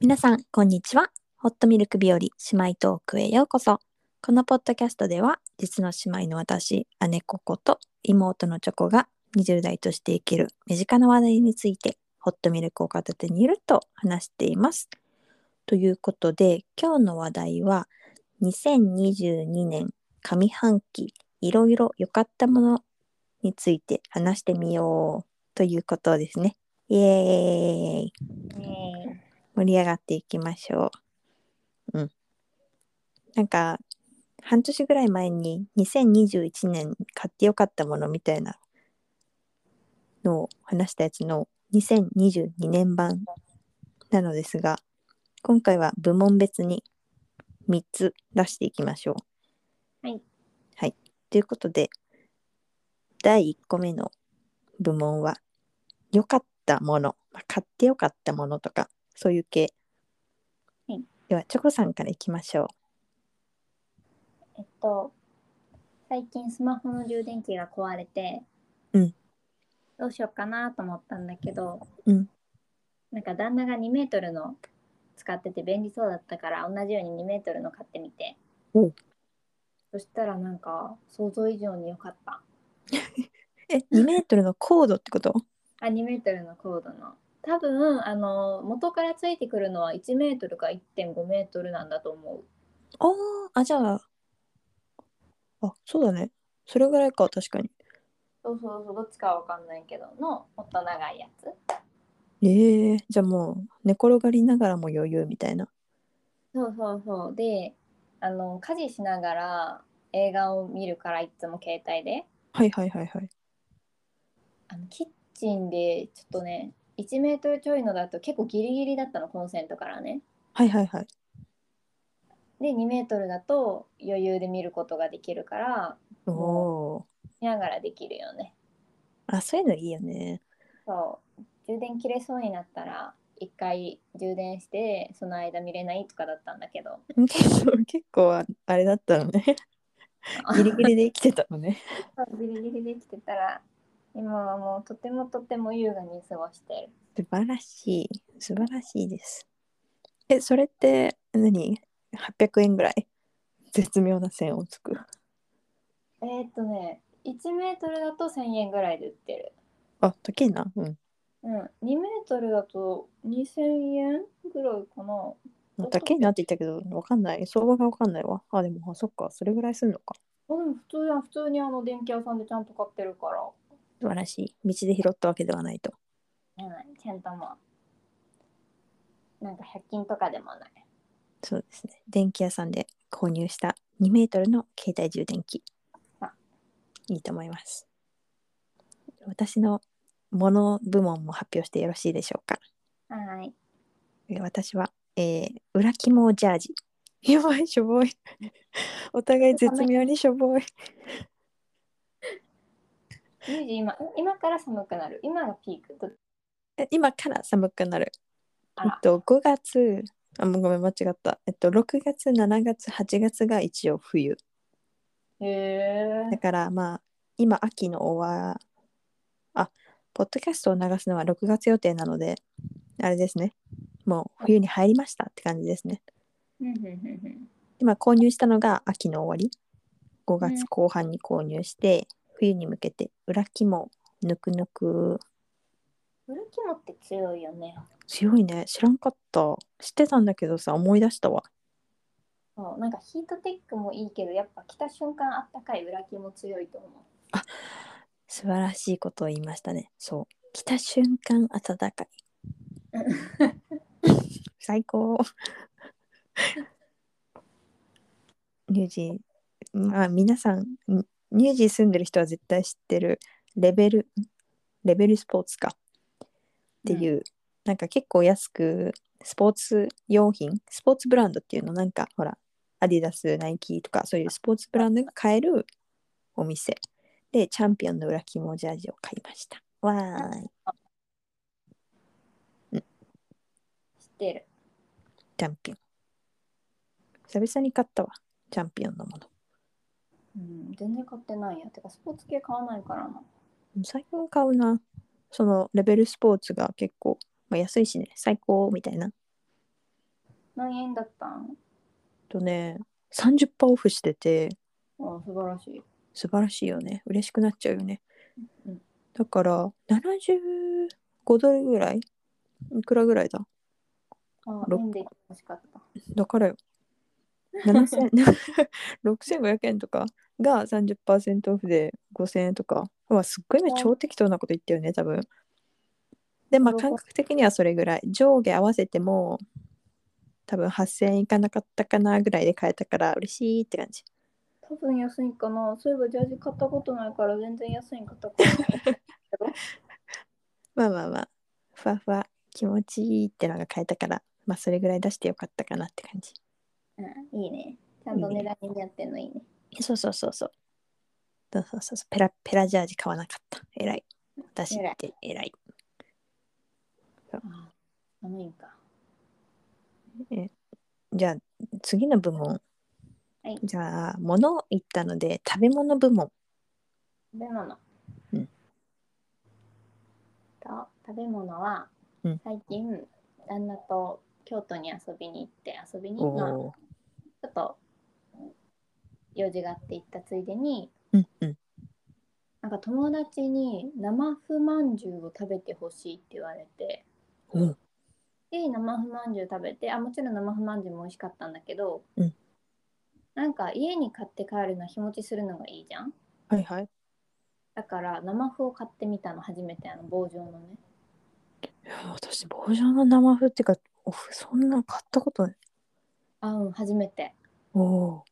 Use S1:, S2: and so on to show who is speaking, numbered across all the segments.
S1: 皆さん、こんにちは。ホットミルク日和姉妹トークへようこそ。このポッドキャストでは、実の姉妹の私、姉ココと妹のチョコが20代として生きる身近な話題について、ホットミルクを片手にいると話しています。ということで、今日の話題は、2022年上半期いろいろ良かったものについて話してみようということですね。イエーイ盛り上がっていきましょう。うん。なんか、半年ぐらい前に2021年買ってよかったものみたいなのを話したやつの2022年版なのですが、今回は部門別に3つ出していきましょう。
S2: はい。
S1: はい。ということで、第1個目の部門は、良かったもの、まあ買ってよかったものとか、そういう系。
S2: はい
S1: では、チョコさんからいきましょ
S2: えっと、最近スマホの充電器が壊れて、
S1: うん
S2: どうしようかなと思ったんだけど、
S1: うん
S2: なんか旦那が2メートルの使ってて便利そうだったから、同じように2メートルの買ってみて
S1: おう。
S2: そしたらなんか想像以上に良かった。
S1: う。え、2メートルのコードってこと
S2: あ、2メートルのコードの。多分あの元からついてくるのは1メートルか1.5メートルなんだと思う。
S1: あーあ、じゃあ、あ、そうだね。それぐらいか、確かに。
S2: そうそうそう、どっちかは分かんないけど、のもっと長いやつ。
S1: ええじゃあもう、寝転がりながらも余裕みたいな。
S2: そうそうそうであの家事しながら映画を見るからいつも携帯で
S1: はいはいはいはい。
S2: あのキッチンでちょっとね1メートルちょいのだと結構ギリギリだったのコンセントからね
S1: はいはいはい。
S2: で2メートルだと余裕で見ることができるから
S1: おお
S2: 見ながらできるよね
S1: ー。あ、そういうのいいよね。
S2: そう充電切れそうになったら1回充電してその間見れないとかだったんだけど
S1: 結構、結構ああれだったの ね。ギリギリで生きてたのね。
S2: ギリギリできてたら今はもうとてもとても優雅に過ごしてる
S1: 素晴らしい。素晴らしいです。え、それって何 ?800 円ぐらい絶妙な線をつく。
S2: えーっとね、1メートルだと1000円ぐらいで売ってる。
S1: あ、高いな。うん。
S2: うん、2メートルだと2000円ぐらいかな。
S1: まあ高いなって言ったけど、わかんない。相場がわかんないわ。あ、でも、あ、そっか。それぐらいすんのか。
S2: あでも普通や普通にあの電気屋さんでちゃんと買ってるから。
S1: 素晴らしい。道で拾ったわけではないと。
S2: うん、ちゃんともう。なんか100均とかでもない。
S1: そうですね。電気屋さんで購入した2メートルの携帯充電器
S2: あ。
S1: いいと思います。私のもの部門も発表してよろしいでしょうか。
S2: はーい。
S1: えー私は、えー、裏肝ジャージ。 やばい、しょぼ い。お互い絶妙にしょぼい。
S2: ユージ今、今から寒くなる。今がピーク。ど
S1: え今から寒くなる。
S2: あ
S1: えっ
S2: ら、
S1: と、5月、あ、もうごめん、間違った。えっと、6月、7月、8月が一応冬。
S2: へえ
S1: だ。から、まあ、今、秋の終わ、あ、ポッドキャストを流すのは6月予定なので、あれですね。もう冬に入りましたって感じですね。
S2: うんうんうんうん
S1: 今購入したのが秋の終わり5
S2: ん
S1: 月後半に購入して、冬に向けて裏肝ぬくぬく
S2: ブルキモって強いよね。
S1: 強いね知らんかった知ってたんだけどさ思い出したわ
S2: そうなんかヒートテックもいいけど、やっぱ着た瞬間あったかい裏着も強いと思う。
S1: 素晴らしいことを言いましたねそう来た瞬間暖かい最高ニュージーまあ皆さんニニュージー住んでる人は絶対知ってるレベルレベルスポーツかっていう、なんか結構安くスポーツ用品スポーツブランドっていうのなんかほらアディダスナイキとかそういうスポーツブランドが買えるお店でチャンピオンの裏肝ジャージを買いましたわーい
S2: 知ってる。
S1: チャンピオン久々に買ったわチャンピオンのもの
S2: うん、全然買ってないや。てか、スポーツ系買わないからな。
S1: 最近買うなそのレベルスポーツが結構、まあ、安いしね最高みたいな
S2: 何円だったん
S1: とね30%オフしてて
S2: あ素晴らしい。
S1: 素晴らしいよね嬉しくなっちゃうよね
S2: うん
S1: だから75ドルぐらいいくらぐらいだ
S2: あ
S1: ろっ
S2: 円で欲しかった。
S1: だからよ7000 6500円とかが30%オフで5000円とかうわすっごい今超適当なこと言ったよね多分でまあ感覚的にはそれぐらい上下合わせても多分8000円いかなかったかなぐらいで買えたから嬉しいって感じ
S2: 多分安いかな。そういえばジャージ買ったことないから全然安いん買ったことない。
S1: まあまあまあふわふわ気持ちいいってのが買えたからまあそれぐらい出してよかったかなって感じ
S2: うん、いいね。ちゃんと値段にやってんのいいね。
S1: そうそうそうそう。そうそうそうそう。ペラペラジャージ買わなかった。えらい。私ってえらい。
S2: あ寒いんか。
S1: じゃあ次の部門。
S2: はい
S1: じゃあ物言ったので食べ物部門。
S2: 食べ物。
S1: うん
S2: と食べ物は、
S1: うん
S2: 最近旦那と京都に遊びに行って遊びに、まあ、ちょ
S1: おー
S2: っと用事があって行ったついでに
S1: うんうん。
S2: なんか友達に生不満じゅうを食べてほしいって言われて
S1: うん
S2: で生不満じゅう食べてあもちろん生不満じゅうも美味しかったんだけど、
S1: うん
S2: なんか家に買って帰るのは日持ちするのがいいじゃん
S1: はいはい。
S2: だから生麩を買ってみたの初めてあの棒状のね
S1: いや私棒状の生麩っていうかおそんな買ったことない。
S2: あうん初めて
S1: おお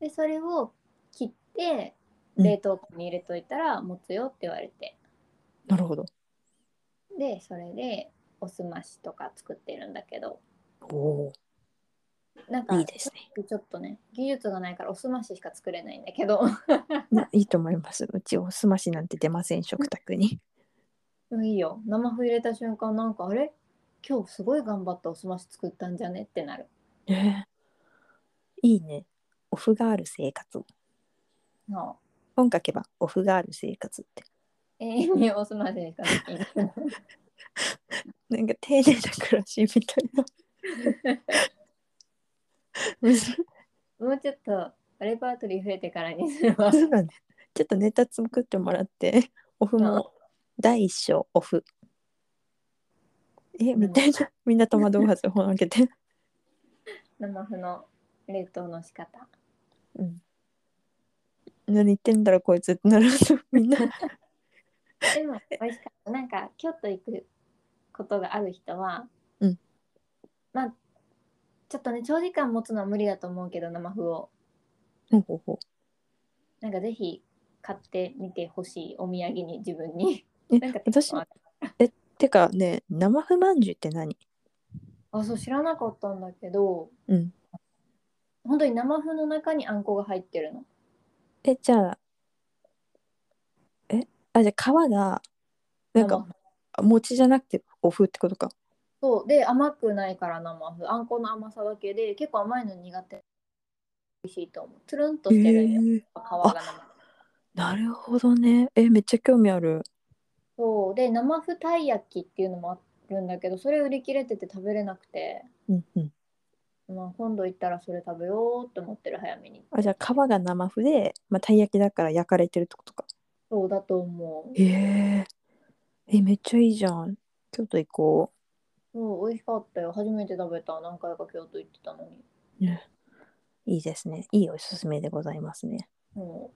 S2: でそれを切って
S1: うん
S2: 冷凍庫に入れといたら持つよって言われて、
S1: ー。なるほど。
S2: でそれでおすましとか作ってるんだけど
S1: お
S2: なん
S1: お。
S2: か
S1: いいですね。
S2: ちょっとね技術がないからおすまししか作れないんだけど
S1: ないいと思います。うちおすましなんて出ません食卓に。
S2: うんいいよ生麩入れた瞬間なんかあれ今日すごい頑張ったおすまし作ったんじゃねってなる
S1: えーいいね。オフがある生活。
S2: の
S1: 本書けばオフがある生活って
S2: 永遠におすまししかできない
S1: なんか丁寧な暮らしみたいな む ず
S2: もうちょっとレパートリー増えてからにするわ
S1: むずだねちょっとネタ作ってもらってオフも第一章オフえみたいなみんな戸惑わずほのけて
S2: 生麩の冷凍の仕方
S1: うん何言ってんだろこいつってなる とみんな
S2: で も美味しかったなんか京都行くことがある人は、
S1: うん
S2: まあちょっとね長時間持つのは無理だと思うけど生麩を
S1: ほうほうほ
S2: なんかぜひ買ってみてほしいお土産に自 分に。
S1: え
S2: なんか
S1: 私
S2: あ
S1: うてかね生不満じゅうって何
S2: あそう知らなかったんだけど
S1: うん
S2: 本当に生麩の中にあんこが入ってるの。
S1: えじゃあえあじゃあ皮がなんか
S2: 生麩
S1: 餅じゃなくてお麩ってことか
S2: そうで甘くないから生麩あんこの甘さだけで結構甘いの苦手美味しいと思うつるんとしてるんよ、
S1: へえ
S2: 皮が生麩
S1: なるほどねえめっちゃ興味ある
S2: そうで生麩たい焼きっていうのもあるんだけどそれ売り切れてて食べれなくて、
S1: うんうん
S2: まあ、今度行ったらそれ食べようって思ってる早めに
S1: あじゃあ皮が生麩で、まあ、たい焼きだから焼かれてるってことか
S2: そうだと思う
S1: へええめっちゃいいじゃん京都行こ
S2: そう美味しかったよ初めて食べた何回か京都行ってたのに
S1: ういいですねいいおすすめでございますね
S2: も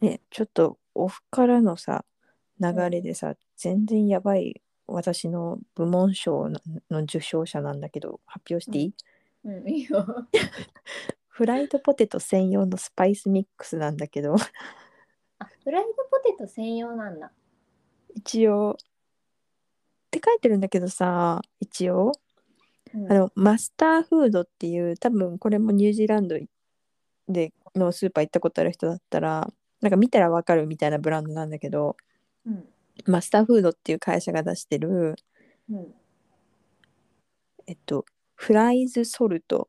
S1: ねちょっとオフからのさ流れでさ、全然やばい私の部門賞のの受賞者なんだけど発表していい、
S2: ううんいいよ
S1: フライドポテト専用のスパイスミックスなんだけど
S2: あフライドポテト専用なんだ
S1: 一応って書いてるんだけどさ一応
S2: うん
S1: あのマスターフードっていう多分これもニュージーランドでのスーパー行ったことある人だったらなんか見たらわかるみたいなブランドなんだけど
S2: うん
S1: マスターフードっていう会社が出してる
S2: うん
S1: えっとフライズソルト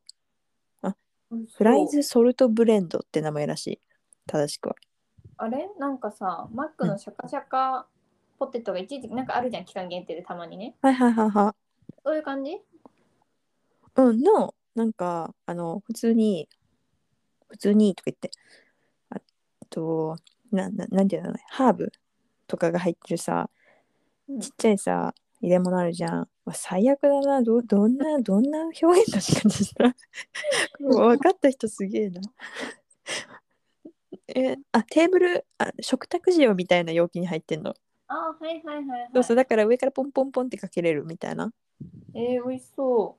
S2: うん
S1: フライズソルトブレンドって名前らしい正しくは
S2: あれなんかさマックのシャカシャカポテトが一時期なんかあるじゃん期間限定でたまにね
S1: はいはいはいは
S2: そういう感じ
S1: うん、の、なんか、あの、普通に、普通にとか言って、あと、な、ななんていうのハーブとかが入ってるさ、
S2: うん
S1: ちっちゃいさ、入れ物あるじゃん。わ最悪だな、ど、どんな、どんな表現の仕方した分かった人すげえな。え、あ、テーブル、あ、食卓塩みたいな容器に入ってんの。
S2: あーはいはいはい、はい。
S1: そうそう、だから上からポンポンポンってかけれるみたいな。
S2: えー、美味しそ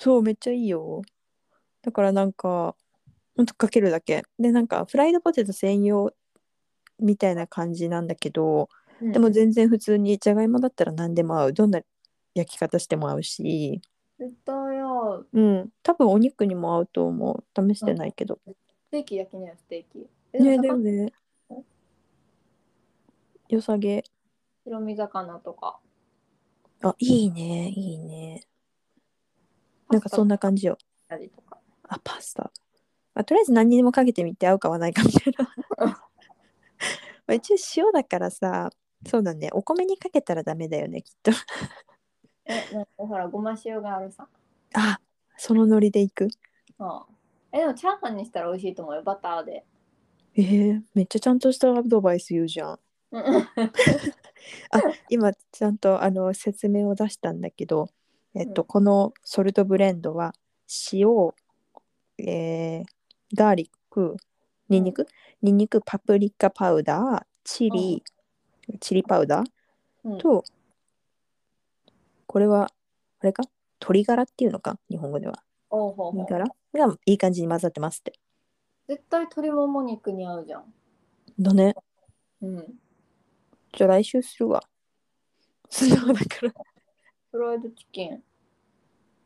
S1: そう、めっちゃいいよ。だからなんか、ほんとかけるだけ。で、なんか、フライドポテト専用みたいな感じなんだけど、
S2: う。うん
S1: でも全然普通に、じゃがいもだったら何でも合う。どんな焼き方しても合うし、
S2: 絶対よ。
S1: うん、多分お肉にも合うと思う。試してないけど。
S2: ステーキ焼きなよ、ステーキ。え
S1: ね
S2: で
S1: え、
S2: も
S1: で
S2: 魚
S1: もね
S2: 魚。
S1: よさげ。
S2: 白身魚とか。
S1: あ、いいね、いいね。なんかそん
S2: な。
S1: な感じよ。
S2: 味とか。
S1: あ、パスタ。まあ、とりあえず何にでもかけてみて合うかはないかみ たいな。
S2: うん
S1: まあ一応塩だからさ、そうだね。お米にかけたらダメだよね、きっと。
S2: え、なんかほら、ごま塩があるさ。
S1: あ、そのノリでいく。
S2: うん。え、でもチャーハンにしたら美味しいと思うよ、バターで。
S1: えー、めっちゃちゃんとしたアドバイス言うじゃん。
S2: うんうん
S1: あ、今ちゃんとあの説明を出したんだけど、えっと、
S2: うん
S1: このソルトブレンドは塩、えーガーリック、ニンニク、ニンニク、パプリカパウダー、チリ、チリパウダー、
S2: うん。
S1: と、これは、あれか鶏ガラっていうのか日本語では。
S2: おうほうほう
S1: 鶏ガラがいい感じに混ざってますって。
S2: 絶対鶏もも肉に合うじゃん。
S1: だね。
S2: うん。
S1: じゃあ来週するわ。素直だから。
S2: フライドチキン。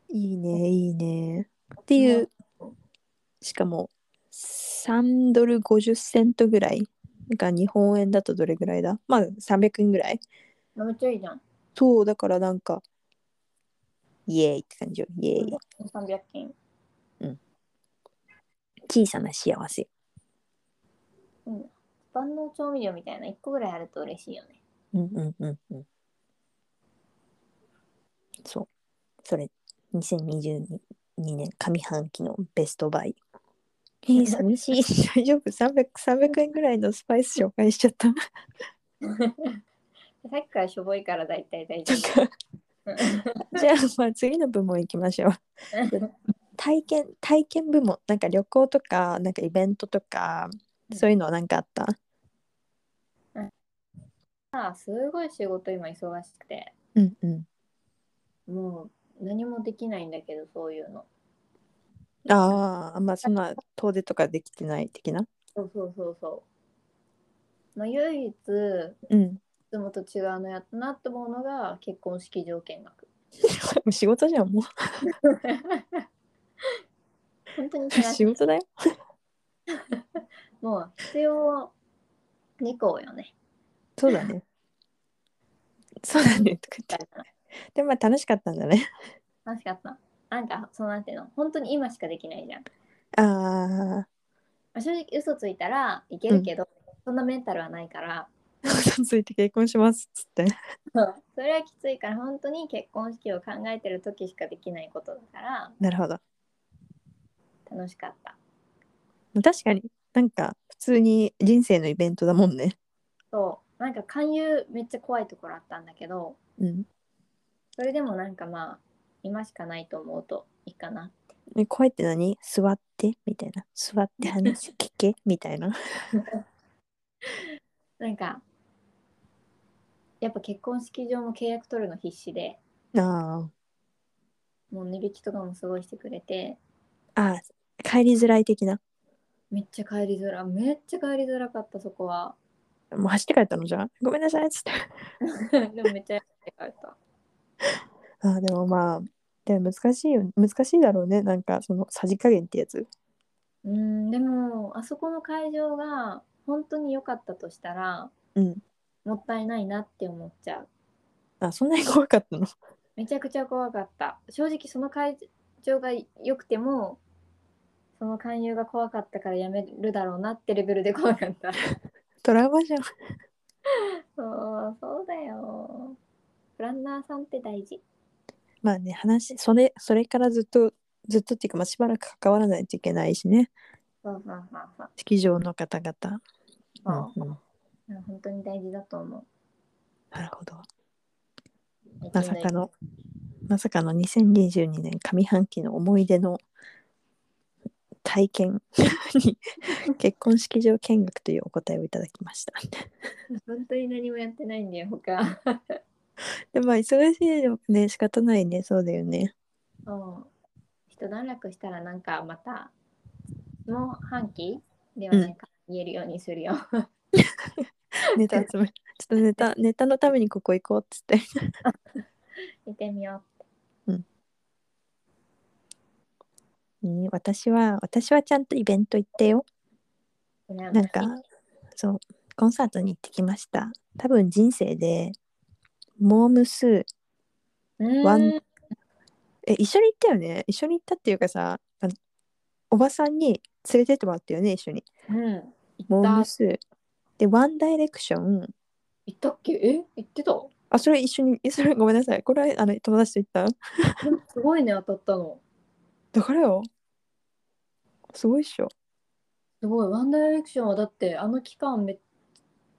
S1: いいね、いいね。っていう、しかも、3ドル50セントぐらいが日本円だとどれぐらいだまあ300円ぐらい。
S2: めっちゃいいじゃん。
S1: そう、だからなんか、イエーイって感じよ。イエーイ。
S2: 300均。
S1: 小さな幸せ。
S2: 万能調味料みたいな1個ぐらいあると嬉しいよね。
S1: うんうんうんうん。そう。それ、2022年上半期のベストバイ。え ー、寂しい。大丈夫 ?300、300円ぐらいのスパイス紹介しちゃった。
S2: さっきからしょぼいから大体大丈
S1: と
S2: 夫。
S1: か。 じゃあ、まあ、次の部門行きまし ょう。体験、体験部門。なんか旅行とか、なんかイベントとか、そういうのはなんかあった
S2: まあすごい仕事今忙しくて
S1: うんう
S2: もう何もできないんだけどそういうの
S1: ん。ああ、あんまそんな遠出とかできてない的な。
S2: そうそうそうそうまあ唯一い
S1: うん。
S2: つもと違うのやったなって思うのが結婚式条件額
S1: 仕事じゃん、もう。
S2: 本当に違
S1: 仕事だよ。
S2: うもう必要2項よね
S1: そうだね。そうだね。とか言って。
S2: 楽
S1: でもまあ楽しかったんだね。
S2: しかったなんかそのなんていうの本当に今しかできないじゃん、ま
S1: あ
S2: あ、正直嘘ついたらいけるけど、そんなメンタルはないから
S1: あ、嘘ついて結婚しますっつって。
S2: それはきついから本当に結婚式を考えてる時しかできないことだから
S1: なるほど。
S2: 楽しかった
S1: 確かになんか普通に人生のイベントだもんね。
S2: そうなんか勧誘めっちゃ怖いところあったんだけど
S1: うん。
S2: それでもなんかまあ今しかないと思うといいかな
S1: ね怖いって何座ってみたいな。座って話聞けみたいな。
S2: なんかやっぱ結婚式場も契約取るの必死で
S1: あ
S2: もう値引きとかもすごいしてくれて
S1: あ。ああ、帰りづらい的な。
S2: めっちゃ帰りづらめっちゃ帰りづらかったそこは
S1: もう走って帰ったのじゃん。ごめんなさいっつって。
S2: でもめっちゃ帰った
S1: ああ、でもまあ、でも難しいよ。難しいだろうね。なんかそのさじ加減ってやつ。
S2: うんでもあそこの会場が本当に良かったとしたら
S1: うん。
S2: もったいないなって思っちゃう
S1: あ、そんなに怖かったの。
S2: めちゃくちゃ怖かった正直その会場が良くてもその勧誘が怖かったからやめるだろうなってレベルで怖かった
S1: トラウマじゃん。
S2: そうそうだよプランナーさんって大事
S1: まあね話それそれからずっとずっとっていうか、まあ、しばらく関わらないといけないしね
S2: そうそうそうそう
S1: 式場の方々、
S2: そう
S1: うんうん
S2: いや本当に大事だと思
S1: なるほど
S2: う。
S1: まさかのまさかの2022年上半期の思い出の体験 に結婚式場見学というお答えをいただきました
S2: 本当に何もやってないんだよ、他。
S1: でまあ忙しいよね仕方ないねそうだよね
S2: うん。一段落したらなんかまた、もう半期ではなんか言えるようにするよ。
S1: ネタ集めちょっとネタネタのためにここ行こうっつって
S2: 見てみよ
S1: うん私は私はちゃんとイベント行ったよ
S2: う。な
S1: なんかそうコンサートに行ってきました多分人生でモームスワ
S2: ワ
S1: ンえ一緒に行ったよね一緒に行ったっていうかさあのおばさんに連れてってもらったよね一緒に
S2: うん。行
S1: モー
S2: っ
S1: ム
S2: た。
S1: スでワンダイレクション
S2: 行ったっけえ行ってた
S1: あそれ一緒に えそれごめんなさいこれはあの友達と行った
S2: すごいね、当たったの。
S1: だからよすごいっしょ
S2: すごい。ワンダイレクションはだってあの期間め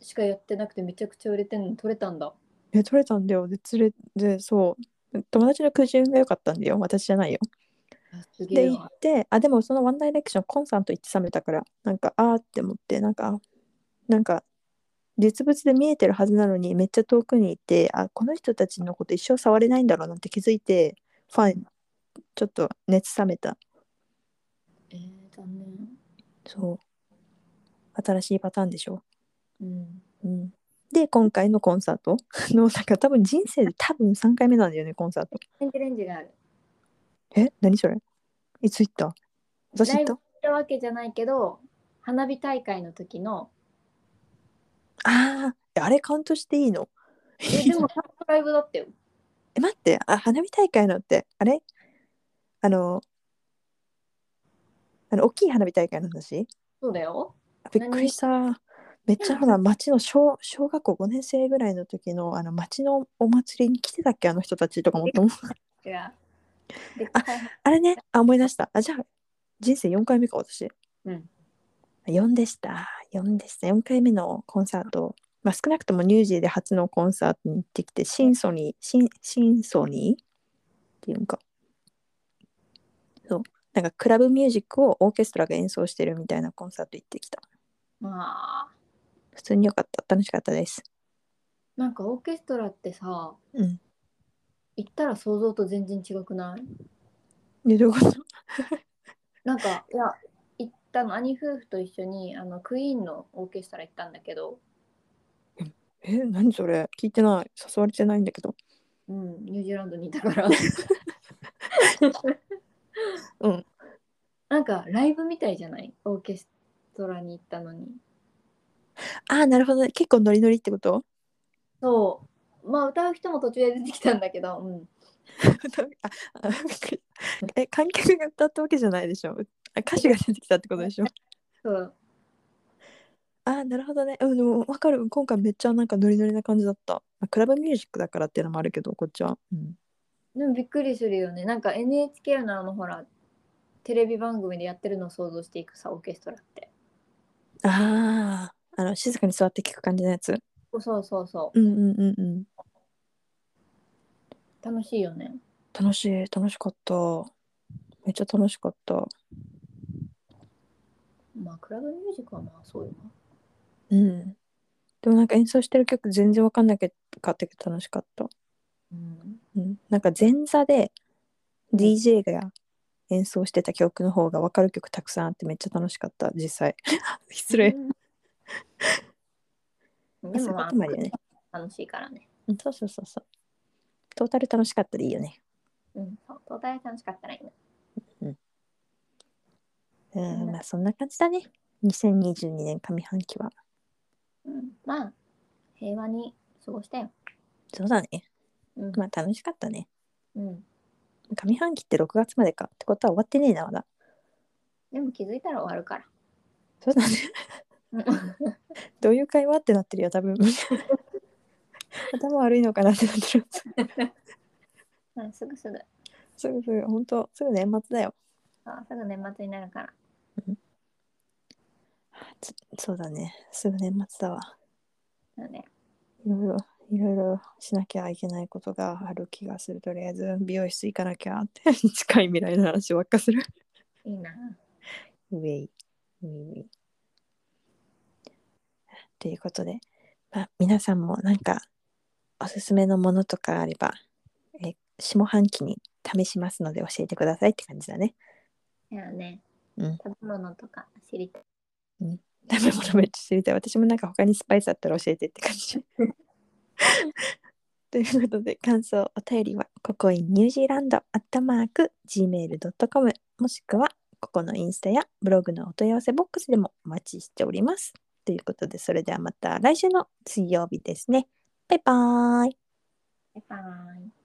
S2: しかやってなくてめちゃくちゃ売れてんの取れたんだ。
S1: え取れたんだよで連れでそう友達の苦渋が良かったんだよ私じゃないよ
S2: すげ
S1: で
S2: え
S1: 行
S2: な。
S1: ってあでもそのワンダイレクションコンサート行って冷めたからなんかあーって思ってなんかあなんか実物で見えてるはずなのにめっちゃ遠くにいてあこの人たちのこと一生触れないんだろうなって気づいてファンちょっと熱冷めた
S2: えー、残念。
S1: そう新しいパターンでしょ、
S2: うん。
S1: うん、で今回のコンサート のなんか多分人生で多分3回目なんだよねコンサート
S2: レンジレンジがある。
S1: え何それいつ行った私
S2: ラ
S1: 行っ
S2: イブ
S1: た
S2: 行ったわけじゃないけど花火大会の時の
S1: あーあれカウントしていいの
S2: えでもライブだったよ
S1: え待ってあ花火大会のってあれあのあの大きい花火大会の話
S2: そうだよ
S1: あびっくりしためっちゃほら町の小小学校5年生ぐらいの時のあの町のお祭りに来てたっけあの人たちとかもと思う
S2: 違うで
S1: ああれねあ思い出したあじゃあ人生4回目か私
S2: うん
S1: 4でした4でした4回目のコンサートまあ少なくともニュージーで初のコンサートに行ってきてシンソニーシンシンソニーっていうんかそうなんかクラブミュージックをオーケストラが演奏してるみたいなコンサート行ってきた
S2: まあ
S1: 普通に良かった楽しかったです
S2: なんかオーケストラってさ
S1: うん
S2: 行ったら想像と全然違くない
S1: でどういうこと
S2: なんかいや行ったの兄夫婦と一緒にあのクイーンのオーケストラ行ったんだけど、
S1: え何それ聞いてない誘われてないんだけど
S2: うん、ニュージーランドにいたから
S1: うん
S2: なんかライブみたいじゃないオーケストラに行ったのに
S1: ああなるほどね結構ノリノリってこと
S2: そうまあ歌う人も途中で出てきたんだけど、うん、
S1: ああ え観客が歌ったわけじゃないでしょあ歌詞が出てきたってことでしょ
S2: そう
S1: ああなるほどねうんでも分かる今回めっちゃなんかノリノリな感じだった、まあ、クラブミュージックだからっていうのもあるけどこっちは、うん、
S2: でもびっくりするよねなんか NHK のあのほらテレビ番組でやってるのを想像していくさオーケストラって
S1: あああの静かに座って聞く感じのやつ
S2: そうそうそうそう
S1: うんうんうんうん
S2: 楽しいよね
S1: 楽しい楽しかっためっちゃ楽しかった
S2: まあクラブミュージックはまあそうよな
S1: うんでもなんか演奏してる曲全然分かんなかったけど楽しかった
S2: うん
S1: うん、なんか前座で DJ が演奏してた曲の方が分かる曲たくさんあってめっちゃ楽しかった実際 失礼
S2: うん
S1: あ
S2: で
S1: そうい
S2: も
S1: うこ
S2: ま
S1: ともあるよね
S2: あ楽しいからね
S1: うんそうそうそうそうトータル楽しかったでいいよね
S2: うんそう東大楽しかったらいいな
S1: うんまあそんな感じだね2022年上半期は
S2: うんまあ平和に過ごしたよ
S1: そうだね
S2: うん、
S1: まあ楽しかったね
S2: うん、
S1: 上半期って6月までかってことは終わってねえなまだ
S2: でも気づいたら終わるから
S1: そうだね
S2: うん
S1: どういう会話ってな ってるよ多分頭悪いのかなってなってる
S2: うん、すぐすぐ。
S1: すぐすぐ本当すぐ年末だよ
S2: あすぐ年末になるから。
S1: つそうだねすぐ年末だわ
S2: だね。
S1: いろいろいろいろしなきゃいけないことがある気がするとりあえず美容室行かなきゃって 近い未来の話ばっかする
S2: いいな。
S1: ウェイウェイウェイということで、まあ、皆さんもなんかおすすめのものとかあればえ下半期に試しますので教えてくださいって感じだね
S2: だよね。
S1: うん
S2: 食べ物とか知りたい。
S1: 食べ物めっちゃ知りたい私もなんか他にスパイスあったら教えてって感じということで感想お便りはここインニュージーランドアットマーク gmail.com もしくはここのインスタやブログのお問い合わせボックスでもお待ちしておりますということでそれではまた来週の水曜日ですねバイバーイ
S2: バイバイ。